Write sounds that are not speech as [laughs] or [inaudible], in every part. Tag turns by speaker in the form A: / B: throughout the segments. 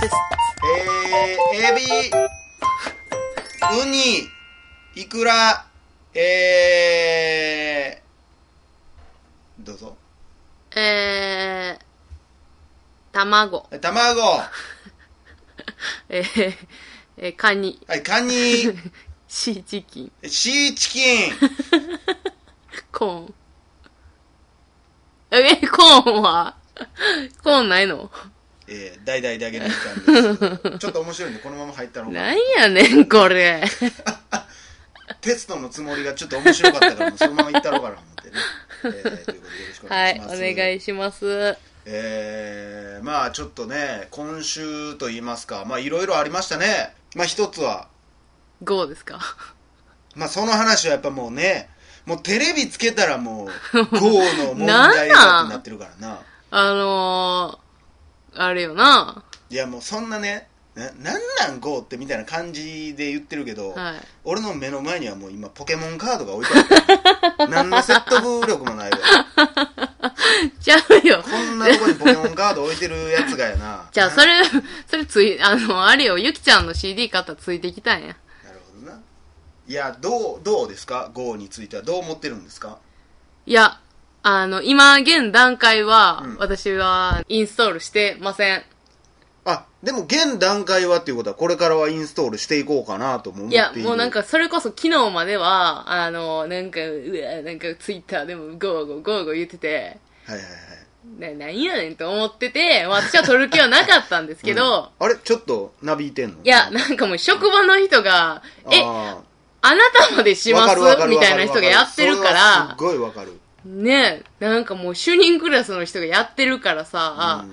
A: です。
B: えー、エビ、ウニ、イクラ、えー、どうぞ。
A: えー、卵。
B: え卵、
A: えー、えー、カニ。
B: はい、カニ、
A: [laughs] シーチキン。
B: シーチキン、
A: コーン。え、コーンはコーンないの
B: えー、大々であげない時間です。ちょっと面白いんで、このまま入ったのが、
A: なんやねん、これ。
B: テストのつもりがちょっと面白かったから、もうそのまま行ったろうかなと思
A: [laughs]
B: ってね。えー、ということでよろしくお願
A: はいい
B: し、ます。
A: お願いします。
B: えー、まあちょっとね今週と言いますかまあいろいろありましたねまあ一つは
A: ゴーですか
B: まあその話はやっぱもうねもうテレビつけたらもう GO の問
A: [laughs]
B: 題
A: なんな
B: だ
A: ん
B: になってるからな
A: あのー、あれよな。
B: いやもうそんなねななんなん GO ってみたいな感じで言ってるけど、
A: はい。
B: 俺の目の前にはもう今ポケモンカードが置いてある
A: [laughs]
B: から何の説得力もないわ
A: ちゃうよ。
B: こんなとこにポケモンカード置いてるやつがやな
A: [laughs] じゃあ、それ、それつい、あの、あれよ、ゆきちゃんの CD 買ったらついてきたんや。
B: なるほどないやどうどうですか GO についてはどう思ってるんですか
A: いや、あの、今、現段階は、
B: うん
A: 私は、インストールしてません。
B: あでも現段階はっていうことはこれからはインストールしていこうかなとも思っ
A: い
B: ている
A: や、もうなんか、それこそ昨日までは、あの、なんか、うわ、なんか、ツイッターでも、ゴーゴーゴーゴー言ってて、
B: はいはいはい
A: な、なんやねんと思ってて、私は取る気はなかったんですけど、
B: うんあれちょっとなびいてんの
A: いや、なんかもう職場の人が、え、
B: あ
A: あなたまでし
B: ー
A: ま
B: わ
A: す
B: かるわかる
A: み
B: わかるわ
A: た
B: かる
A: いな人がやってるか
B: それはすっ
A: ら、
B: ごいわかる、
A: ねえ、なんかもう主任クラスの人がやってるからさ、
B: う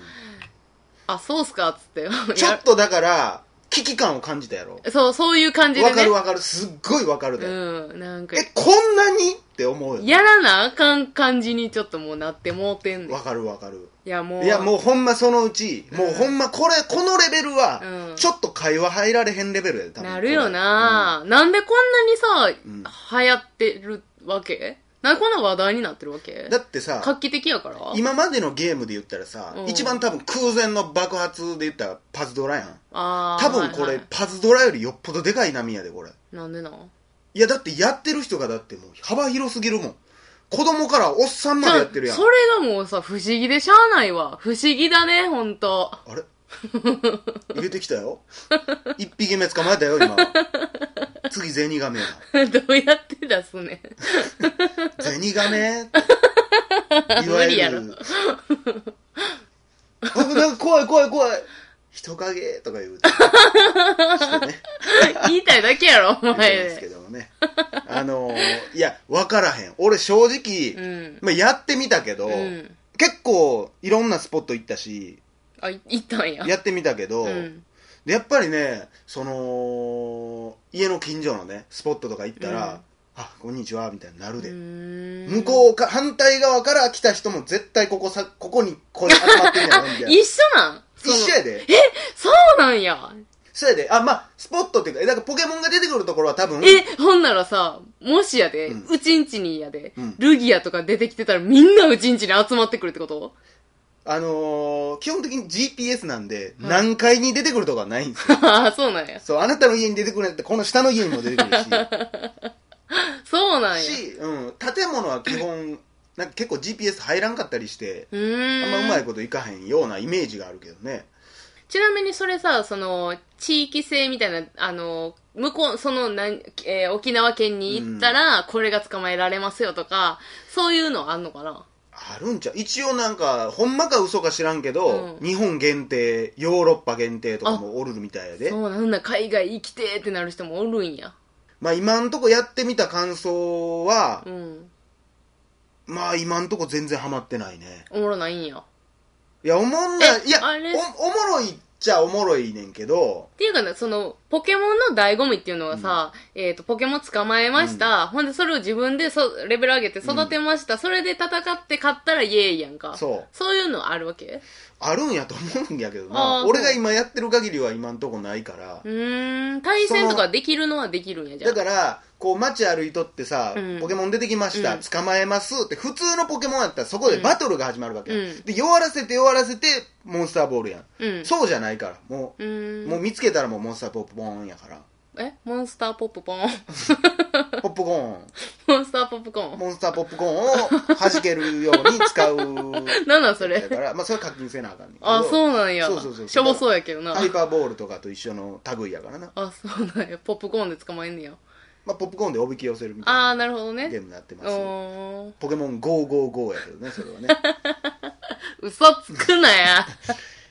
A: あ、そうっすかっつって。
B: んちょっとだから危機感を感じたやろ
A: やそう、そういう感じで
B: わ
A: ね。
B: かるわかるすっごいわかるで、
A: うん、なんか
B: え、こんなにって思うよ
A: やらなあかん感じにちょっともうなってもうてんねん。
B: わ
A: い
B: かるわかる
A: やもう、
B: いやもうほんまそのうち、もうほんまこれこのレベルは、
A: うん
B: ちょっと会話入られへんレベルやで多分
A: なるよな、なんでこんなにさ、
B: うん
A: 流行ってるわけなんでこんな話題になってるわけ
B: うんだってさ
A: 画期的やから
B: 今までのゲームで言ったらさ、
A: うん
B: 一番多分空前の爆発で言ったらパズドラやん
A: あー
B: 多分これ、
A: はいはい
B: パズドラよりよっぽどでかい波やでこれ
A: なんでなん
B: いやだってやってる人がだってもう幅広すぎるもん子供からおっさんまでやってるやん
A: それがもうさ、不思議でしゃあないわ。不思議だね、ほんと。 [laughs]
B: あれ [laughs] 入れてきたよ一匹目捕まえたよ今次ゼニガメや
A: どうやって出
B: [laughs]
A: すね
B: ゼニガメい
A: 無理やろ
B: あなんか怖い怖い怖い人影とか言うてしてね
A: ん。言いたいだけやろ、お
B: そうです
A: 前
B: け。ども
A: [laughs]
B: ね。あのーいや、わからへん。俺正直、
A: うん。
B: まあ、やってみたけど、
A: うん。
B: 結構いろんなスポット行ったし、
A: あ、い行ったんや。
B: やってみたけど、
A: うん。
B: でやっぱりね、その、家の近所のね、スポットとか行ったら、
A: うん
B: あ、こんにちは、みたいになるで。
A: 向
B: 向こうか、反対側から来た人も絶対ここさ、ここに、これ集まってんやろ、み
A: [laughs]
B: たいな。
A: 一緒なん
B: 一緒
A: や。
B: やで。
A: そうなんや。
B: そうやで。あ、まあ、スポットっていうか、えだからポケモンが出てくるところは多分、
A: え、ほんならさ、もしやで、
B: うん
A: うちんちにやで
B: うん、
A: ルギアとか出てきてたらみんなうちんちに集まってくるって
B: [laughs]
A: こと
B: あのー基本的に GPS なんで、
A: はい
B: 何階に出てくるとかはないんですよ。
A: ああ、そうなんや。
B: そう、あなたの家に出てくるんやったら、この下の家にも出てく
A: [laughs]
B: る
A: そうなんや。
B: し、し、うん、建物は基
A: [coughs]
B: 本、なんか結構 GPS 入らんかったりして、
A: う
B: あん
A: ーん。
B: まうまいこといかへんようなイメージがあるけどね。
A: ちなみにそれさ、その、地域性みたいな、あの、向こう、その、なん、えー沖縄県に行ったら、これが捕まえられますよとか、そういうのあんのかな
B: あるんちゃう一応なんか、ほんまか嘘か知らんけど、
A: うん
B: 日本限定、ヨーロッパ限定とかもおるみたいやで。
A: そうなんだ、海外行きてーってなる人もおるんや。
B: まあ今んとこやってみた感想は
A: う、ん。
B: まあ今んとこ全然ハマってないね。
A: おもろないんや。っ
B: いや、おもんない、
A: え
B: いや
A: あれ
B: お、おもろいっちゃおもろいねんけど、
A: ていうかね、その、ポケモンの醍醐味っていうのがさ、えっ、と、ポケモン捕まえました。ほんで、それを自分でそレベル上げて育てました。それで戦って勝ったらイエーイやんか。
B: そう
A: そういうのあるわけ
B: あるんやと思うんやけ
A: あ
B: ど
A: ー
B: な
A: そう
B: 俺が今やってる限りは今んとこないから
A: うーん、対戦とかできるのはできるんや、じゃあ。
B: だからこう街歩いとってさ、
A: うん
B: ポケモン出てきました、
A: うん
B: 捕まえますって普通のポケモンやったらそこでバトルが始まるわけや、
A: うん
B: で弱らせて弱らせてモンスターボールやん、
A: うん。
B: そうじゃないからも
A: う
B: う,、
A: ーん。
B: もう見つけたらもうモンスターポップコーンやから
A: えモンスターポップコーン。 [laughs]
B: ポップコーン
A: モンスターポップコーン。
B: モンスターポップコーンを弾けるように使う
A: なんなん [laughs] そ
B: だ
A: れ。
B: から、まあ、それは課金せなあかんねんけど
A: あ、そうなんや。
B: そうそうそう
A: しょぼそうやけどな。
B: ハイパーボールとかと一緒の類やからな、
A: あ、そうなんや。ポップコーンで捕まえんねや。
B: まあ、ポップコーンでおびき寄せるみたい
A: あ
B: な
A: ー、なるほど
B: ゲー
A: ね。
B: ムになってます
A: おー。
B: ポケモン GOGOGO やけどねそれはね
A: 嘘つくな
B: [laughs]
A: や。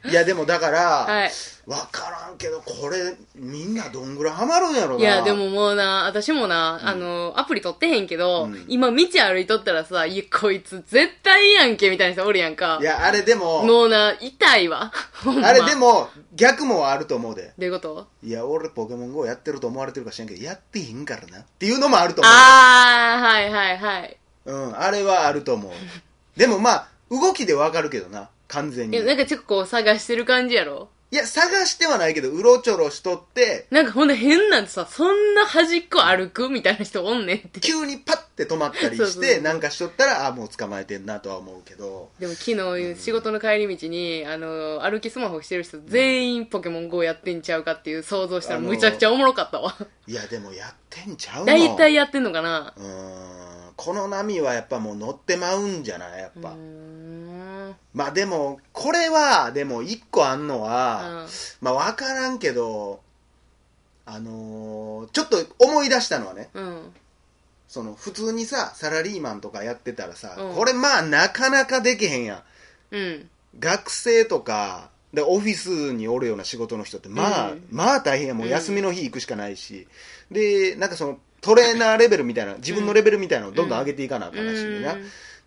B: いやでもだから、
A: はい。
B: 分からんけどこれみんなどんぐらいハマるんやろない
A: や、でももうな、私もな、あの、アプリ取ってへんけど、
B: うん
A: 今道歩いとったらさ、いや、こいつ絶対やんけ、みたいな人おるやんか
B: い。やあれでも
A: もうな、痛い
B: [laughs]
A: わ。ほんま
B: あれで。も逆もあると思うで
A: どういうこと
B: いや俺ポケモン GO やってると思われてるか知らんけどやってへんからなっていうのもあると思
A: あー、はいはいはい。
B: ううんあれはあると思うでもまあ動きでわかるけどな完全
A: い
B: に
A: や、なんかちょっとこう探してる感じやろ
B: いや探してはないけどうろちょろしとって
A: なんかほんで変なんてさ、そんな端っこ歩くみたいな人おんねん
B: [laughs]
A: って。
B: 急にパッて止まったり
A: そう
B: し
A: そうそ
B: て
A: う
B: なんかしとったらあもう捕まえてんなとは思うけど
A: でも昨日仕事の帰り道に、あの、歩きスマホしてる人全員ポケモン GO やってんちゃうかっていう想像したら
B: あのー
A: むちゃくちゃおもろかったわ。
B: いやでもやってんちゃうの
A: 大体やってんのかな
B: うーんこの波はやっぱもう乗ってまうんじゃないやっぱ、
A: うーん。
B: まあでもこれはでも一個あんのは、
A: うん
B: まあ分からんけどあのーちょっと思い出したのはね
A: うん。
B: その普通にさサラリーマンとかやってたらさ、
A: うん
B: これまあなかなかできへんやん
A: うん。
B: 学生とかでオフィスにおるような仕事の人ってまあ、
A: うん
B: まあ大変やもう
A: うん
B: 休みの日行くしかないし、でなんかそのトレーナーレベルみたいな自分のレベルみたいなのをどんどん上げていかなあかんらしいねんな、
A: うん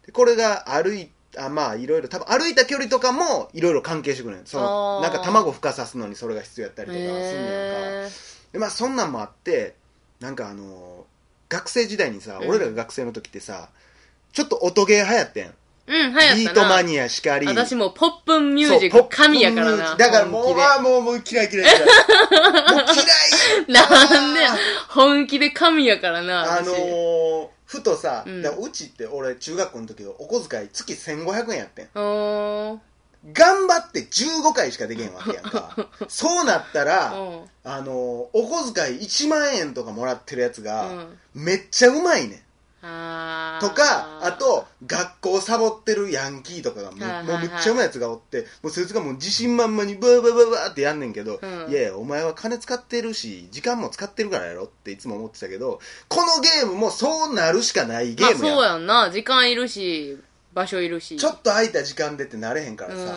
B: でこれが歩いあまあいろいろ多分歩いた距離とかもいろいろ関係してくるねんそ
A: あ
B: の
A: ー
B: なんか卵孵化さすのにそれが必要やったりとかすんねやんか、
A: へー
B: でまあそんなんもあってなんかあの学生時代にさ、
A: うん
B: 俺らが学生の時ってさちょっと音ゲー流行ってん
A: うん、流行ったな。
B: ビートマニアしかり
A: 私もうポップンミュージッ
B: そうポ
A: ク
B: ップ
A: 神やからな。
B: だからもう、
A: 本気で
B: まあもう、もう嫌い嫌い嫌い。もう嫌いや
A: [laughs] なんで本気で神やからな。
B: あ
A: 私
B: のー、ふとさ、
A: うん
B: だからうちって俺中学校の時お小遣い月1500円やってん。
A: おー
B: 頑張って15回しかできへんわけやん
A: [laughs]
B: か。そうなったら、
A: うん。
B: あのー、お小遣い1万円とかもらってるやつ
A: う
B: が、
A: ん
B: めっちゃうまいねん。
A: あー
B: とか、あ、と、学校サボってるヤンキーとかがめ、
A: はいはいはい
B: もうめっちゃうまいやつがおって、もうそいつがもう自信満々にバーバーバーバーってやんねんけど、
A: うん
B: いやいや、お前は金使ってるし、時間も使ってるからやろっていつも思ってたけど、このゲームもそうなるしかないゲ
A: まあ
B: ームやん
A: そうやんな。時間いるし、場所いるし。
B: ちょっと空いた時間でってなれへんからさ、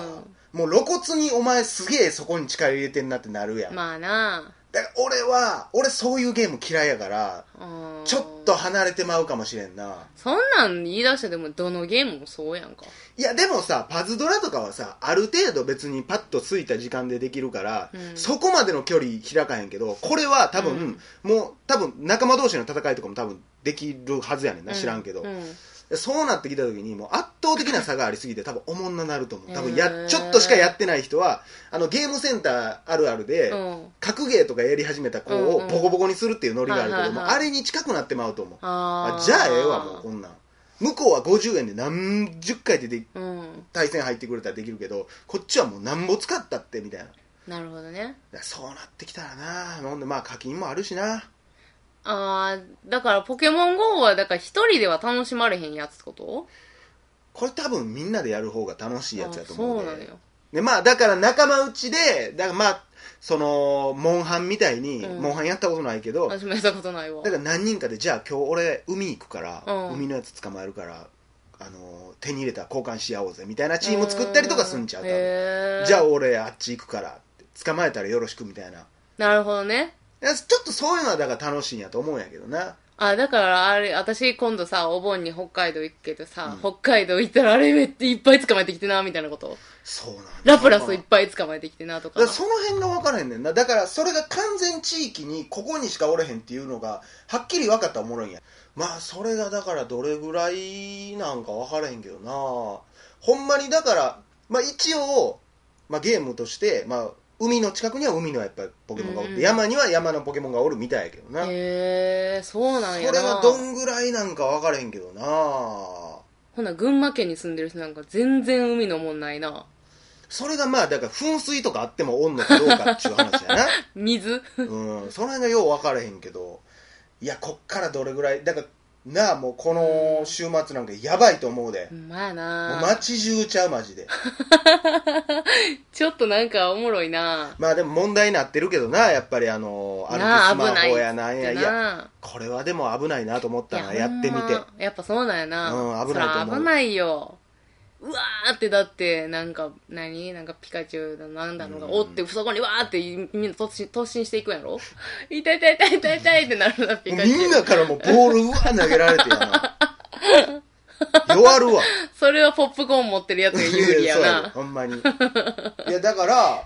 B: もう露骨にお前すげえそこに力入れてんなってなるやん。
A: まあな。
B: だから俺は、俺そういうゲーム嫌いやから、
A: うん
B: ちょっと。離れてまうかもしれんな。
A: そんなん言い出したらでも、どのゲームもそうやんか。
B: いやでもさパズドラとかはさある程度別にパッとついた時間でできるから、
A: うん
B: そこまでの距離開かへんけどこれは多分、もう多分仲間同士の戦いとかも多分できるはずやねんな、知らんけど、
A: うん
B: そうなってきた時にもう圧倒的な差がありすぎて多分おもんななると思う多分や、
A: へー
B: ちょっとしかやってない人はあのゲームセンターあるあるで、
A: うん。
B: 格ゲーとかやり始めた子
A: うんう
B: を
A: ん
B: ボコボコにするっていうノリがあるけど、
A: はいはいはい
B: もうあれに近くなってまうと思う
A: あ
B: あ
A: ー
B: じゃあええわもうこんなん向こうは50円で何十回ってで
A: うん。
B: 対戦入ってくれたらできるけどこっちはもうなんぼ使ったってみたいなだか
A: なるほどね。
B: らそうなってきたらなほんでまあ課金もあるしな
A: ああ、だからポケモン GO は、だから一人では楽しまれへんやつってこと
B: これ多分みんなでやる方が楽しいやつやと思う
A: あそうな
B: の
A: の
B: で
A: よ。
B: でまあだから仲間内でだからまあそのモンハンみたいに、
A: うん
B: モンハンやったことないけどだ
A: 私もやったことないわ。
B: から何人かでじゃあ今日俺海行くから、
A: うん
B: 海のやつ捕まえるからあの手に入れたら交換し合おうぜみたいなチーム作ったりとかすんちゃう多分
A: へー
B: じゃあ俺あっち行くからって捕まえたらよろしくみたいな
A: なるほどね。
B: いやちょっとそういうのはだから楽しいんやと思うんやけどな
A: あ、だからあれ、私今度さ、お盆に北海道行くけどさ、北海道行ったらあれめっちゃいっぱい捕まえてきてな、みたいなこと。
B: そうなんだ
A: ラプラスいっぱい捕まえてきてな、と
B: だ
A: か
B: から。その辺が分からへんねんなだからそれが完全地域にここにしかおれへんっていうのがはっきり分かったらおもろいんやまあそれがだからどれぐらいなんか分からへんけどなほんまにだから、まあ、一応、まあ、ゲームとして、まあ、海の近くには海のやっぱりポケモンがおって、
A: うんうん
B: 山には山のポケモンがおるみたいやけどな、
A: へえ、そうなんや
B: それ
A: な。
B: がどんぐらいなんか分からへんけどな
A: ほな、群馬県に住んでる人なんか全然海のもんないな。
B: それがまあだから噴水とかあってもおんのかどうかっていう話やな
A: 水
B: うん、その辺がよう分からへんけどいやこっからどれぐらいだからなあもうこの週末なんかやばいと思うで
A: ほ、んまや
B: もう
A: な。
B: 街中ちゃうマジで
A: ちょっとなんかおもろいな。
B: まあでも問題になってるけどなやっぱりあの歩きス
A: なあ
B: マ
A: 危ない
B: ホやなんや
A: でな
B: いやこれはでも危ないなと思ったないやってみて
A: ほんまやっぱそうなんやな。
B: うん危
A: そ
B: ないと思う
A: ら危ないよ。うわーってだって、なんか、何なんかピカチュウだなんだのが、
B: うん
A: おって、そこにわーってみんな突進突進していくんやろ [laughs] 痛い痛い痛い痛い痛いってなるな、ピ
B: も
A: カ
B: う
A: チ
B: みん
A: ュウ。
B: なからもうボールうわー投げられてやな弱るわ
A: それはポップコーン持ってるやつが有利や
B: いそう
A: な。
B: ほんまにいやだから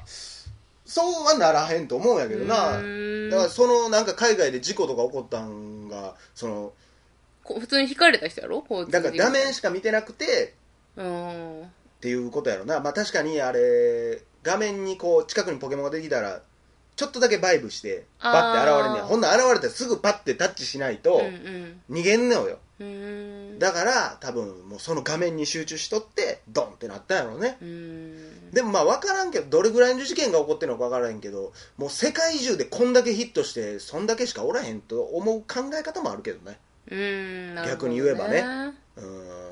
B: そうはならへんと思うんやけどな
A: うーん
B: だからそのなんか海外で事故とか起こったんがその
A: こ普通に引かれた人やろ交通
B: だ
A: 事
B: か
A: 故
B: ら画面しか見てなくて
A: うん。
B: っていうことやろなまあ確かにあれ画面にこう近くにポケモンができたらちょっとだけバイブして
A: あー
B: バッて現れんねやほんなん現れたらすぐパッてタッチしないと
A: うん
B: 逃げんのよ、
A: うん。うーん。
B: だから多分もうその画面に集中しとってドンってなったんやろね
A: うーん。
B: でもまあ分からんけどどれぐらいの事件が起こってるのか分からへんけどもう世界中でこんだけヒットしてそんだけしかおらへんと思う考え方もあるけどね
A: うーん。なるほ
B: 逆
A: ど
B: に言えばね。うーん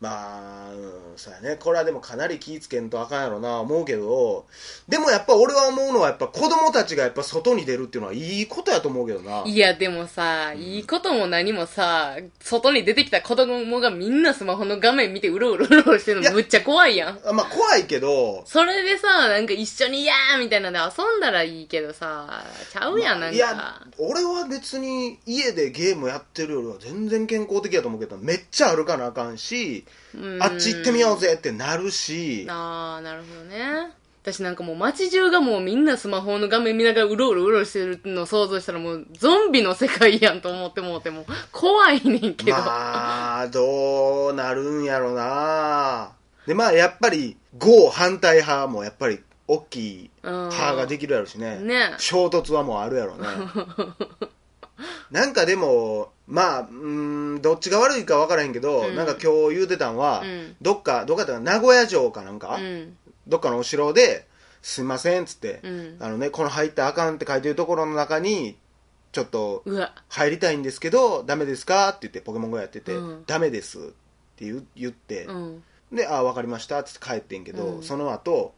B: まあ、うん、そうやねこれはでもかなり気ぃつけんとあかんやろな思うけどでもやっぱ俺は思うのはやっぱ子供たちがやっぱ外に出るっていうのはいいことやと思うけどない
A: や、でもさ、いいことも何もさ、外に出てきた子供がみんなスマホの画面見てうろうろうろうろしてる
B: いや
A: のむっちゃ怖いやん。
B: あまあ怖いけど
A: それでさ、なんか一緒にやーみたいなんで遊んだらいいけどさ、ちゃうやん、な
B: まあ
A: ん
B: い
A: か
B: や。俺は別に家でゲームやってるよりは全然健康的やと思うけどめっちゃ歩かなあかんし
A: うん
B: あっち行ってみようぜってなるし
A: あー、なるほどね。私なんかもう街中がもうみんなスマホの画面見ながらうろうろうろうろしてるのを想像したらもうゾンビの世界やんと思ってもうても怖いねんけど。
B: まあどうなるんやろなでまあやっぱり GO 反対派もやっぱり大きい派ができるやろしね
A: うんね
B: 衝突はもうあるや
A: [laughs]
B: ろねなんかでもまあうーんどっちが悪いか分からへんけど、
A: うん
B: なんか今日言うてたんは、
A: うん
B: どっかどっかだったかな名古屋城かなんか、
A: うん。
B: どっかのお城で「すいません」っつって、
A: うん
B: あのね「この入ったらあかん」って書いてるところの中にちょっと
A: うわ。
B: 入りたいんですけど、ダメですかって言って、ポケモン GO やってて、
A: うん
B: ダメですって言う言って、
A: うん。
B: で、ああ、わかりましたって帰ってんけど、
A: うん
B: その後、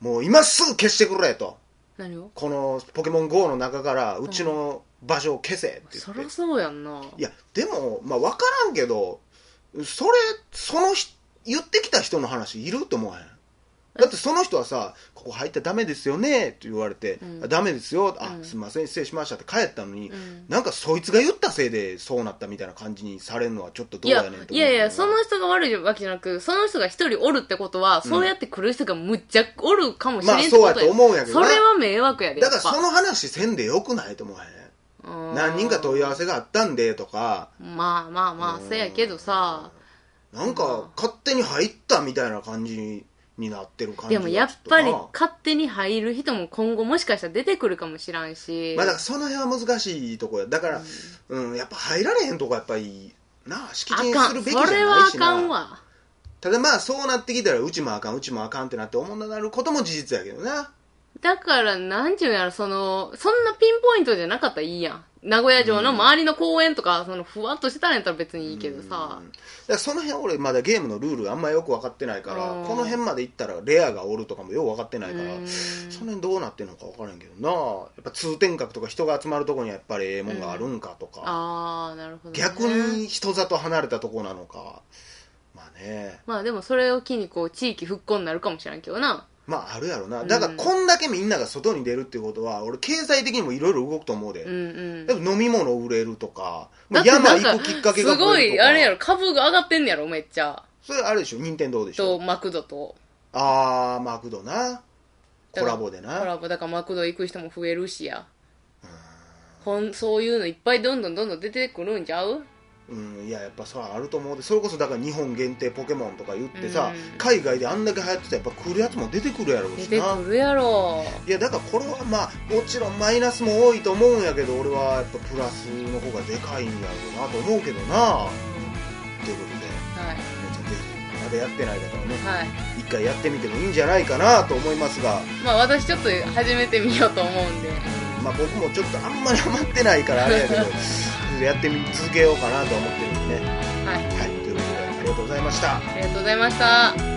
B: もう今すぐ消してくれと。
A: 何を
B: このポケモン GO の中から、うちの場所を消せって言って。
A: そりゃそうやんない
B: や、でも、まあわからんけど、それ、その人、言ってきた人の話いると思わへん。だってその人はさ、ここ入ったらダメですよねって言われて、
A: うん
B: あダメですよ、あ、
A: うん
B: すいません、失礼しましたって帰ったのに、
A: うん
B: なんかそいつが言ったせいでそうなったみたいな感じにされるのはちょっとど
A: いう
B: や
A: や
B: ねんと思う
A: いやいや、その人が悪いわけじゃなく、その人が一人おるってことは、そうやって来る人がむっちゃおるかもしれん
B: まあ
A: って
B: そう
A: こ
B: や
A: と
B: と
A: や。
B: 思うんやけど
A: そ
B: な
A: れは迷惑やで、や
B: だ
A: っ
B: から
A: ぱ。
B: その話せんでよくないと思わへん
A: うん
B: 何人か問い合わせがあったんでとか
A: まあまあまあ、せやけどさ、
B: なんか勝手に入ったみたいな感じになってる感じ
A: で
B: が
A: もやっぱ
B: ち
A: り
B: ょっと
A: 勝手に入る人も今後もしかしたら出てくるかもしらんし
B: な、まあだからその辺は難しいとこやだから、うんやっぱ入られへんとこやっぱりなあ敷地
A: あ
B: に
A: か
B: する
A: ん。
B: べきじゃ
A: そ
B: ないしな
A: れはあかんわ。
B: ただまあそうなってきたらうちもあかんうちもあかんってなっておもんななることも事実やけどな
A: だから、なんちゅうんやろ、その、そんなピンポイントじゃなかったらいいやん。名古屋城の周りの公園とか、その、ふわっとしてたんやったら別にいいけどさ
B: うん、だからその辺俺まだゲームのルールあんまよく分かってないから
A: うん
B: この辺まで行ったらレアがおるとかもよく分かってないから
A: うん
B: その辺どうなってんのか分からんけどなやっぱ通天閣とか人が集まるとこにはやっぱりええもんがあるんかとか、
A: ああ、なるほど、ね。
B: 逆に人里離れたとこなのかまあね
A: まあでもそれを機にこう、地域復興になるかもしらんけどな。
B: まああるやろな
A: うん
B: だからこんだけみんなが外に出るってことは俺経済的にもいろいろ動くと思うで、
A: うんうん
B: でも飲み物売れるとか
A: だって
B: 山
A: なん
B: 行くきっかけが
A: すご
B: 増えると
A: い、
B: か
A: あれやろ、株が上がってんねやろ、めっちゃ。
B: それあれでしょ任天堂でし
A: と、
B: ょ
A: マクドと。
B: ああマクドな
A: だ
B: コ
A: から
B: ラボでな
A: コラボ、だからマクド行く人も増えるしや。ほん、そういうのいっぱいどんどんどんどん出てくるんちゃう
B: うん、いややっぱそれはあると思うでそれこそだから日本限定ポケモンとか言ってさ、
A: うん
B: 海外であんだけ流行ってたらやっぱ来るやつも出てくるやろう
A: 出
B: してな
A: くるやろ。
B: いやだからこれはまあもちろんマイナスも多いと思うんやけど俺はやっぱプラスの方がでかいんやろうなと思うけどなということで
A: はい。
B: 皆さんぜひまだやってない方はね
A: はい。
B: 一回やってみてもいいんじゃないかなと思いますが、
A: まあ私ちょっと始めてみようと思うんで。
B: まあ、僕もちょっとあんまりハマってないからあれ
A: [laughs]
B: やけどちょっとやってみ続けようかなとは思ってるんでね
A: はい。
B: はいということでありがとうございました
A: ありがとうございました。